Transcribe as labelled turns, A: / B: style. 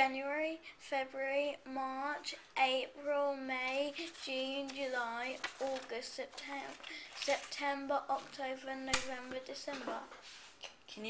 A: January, February, March, April, May, June, July, August, September, September, October, November, December.
B: Can you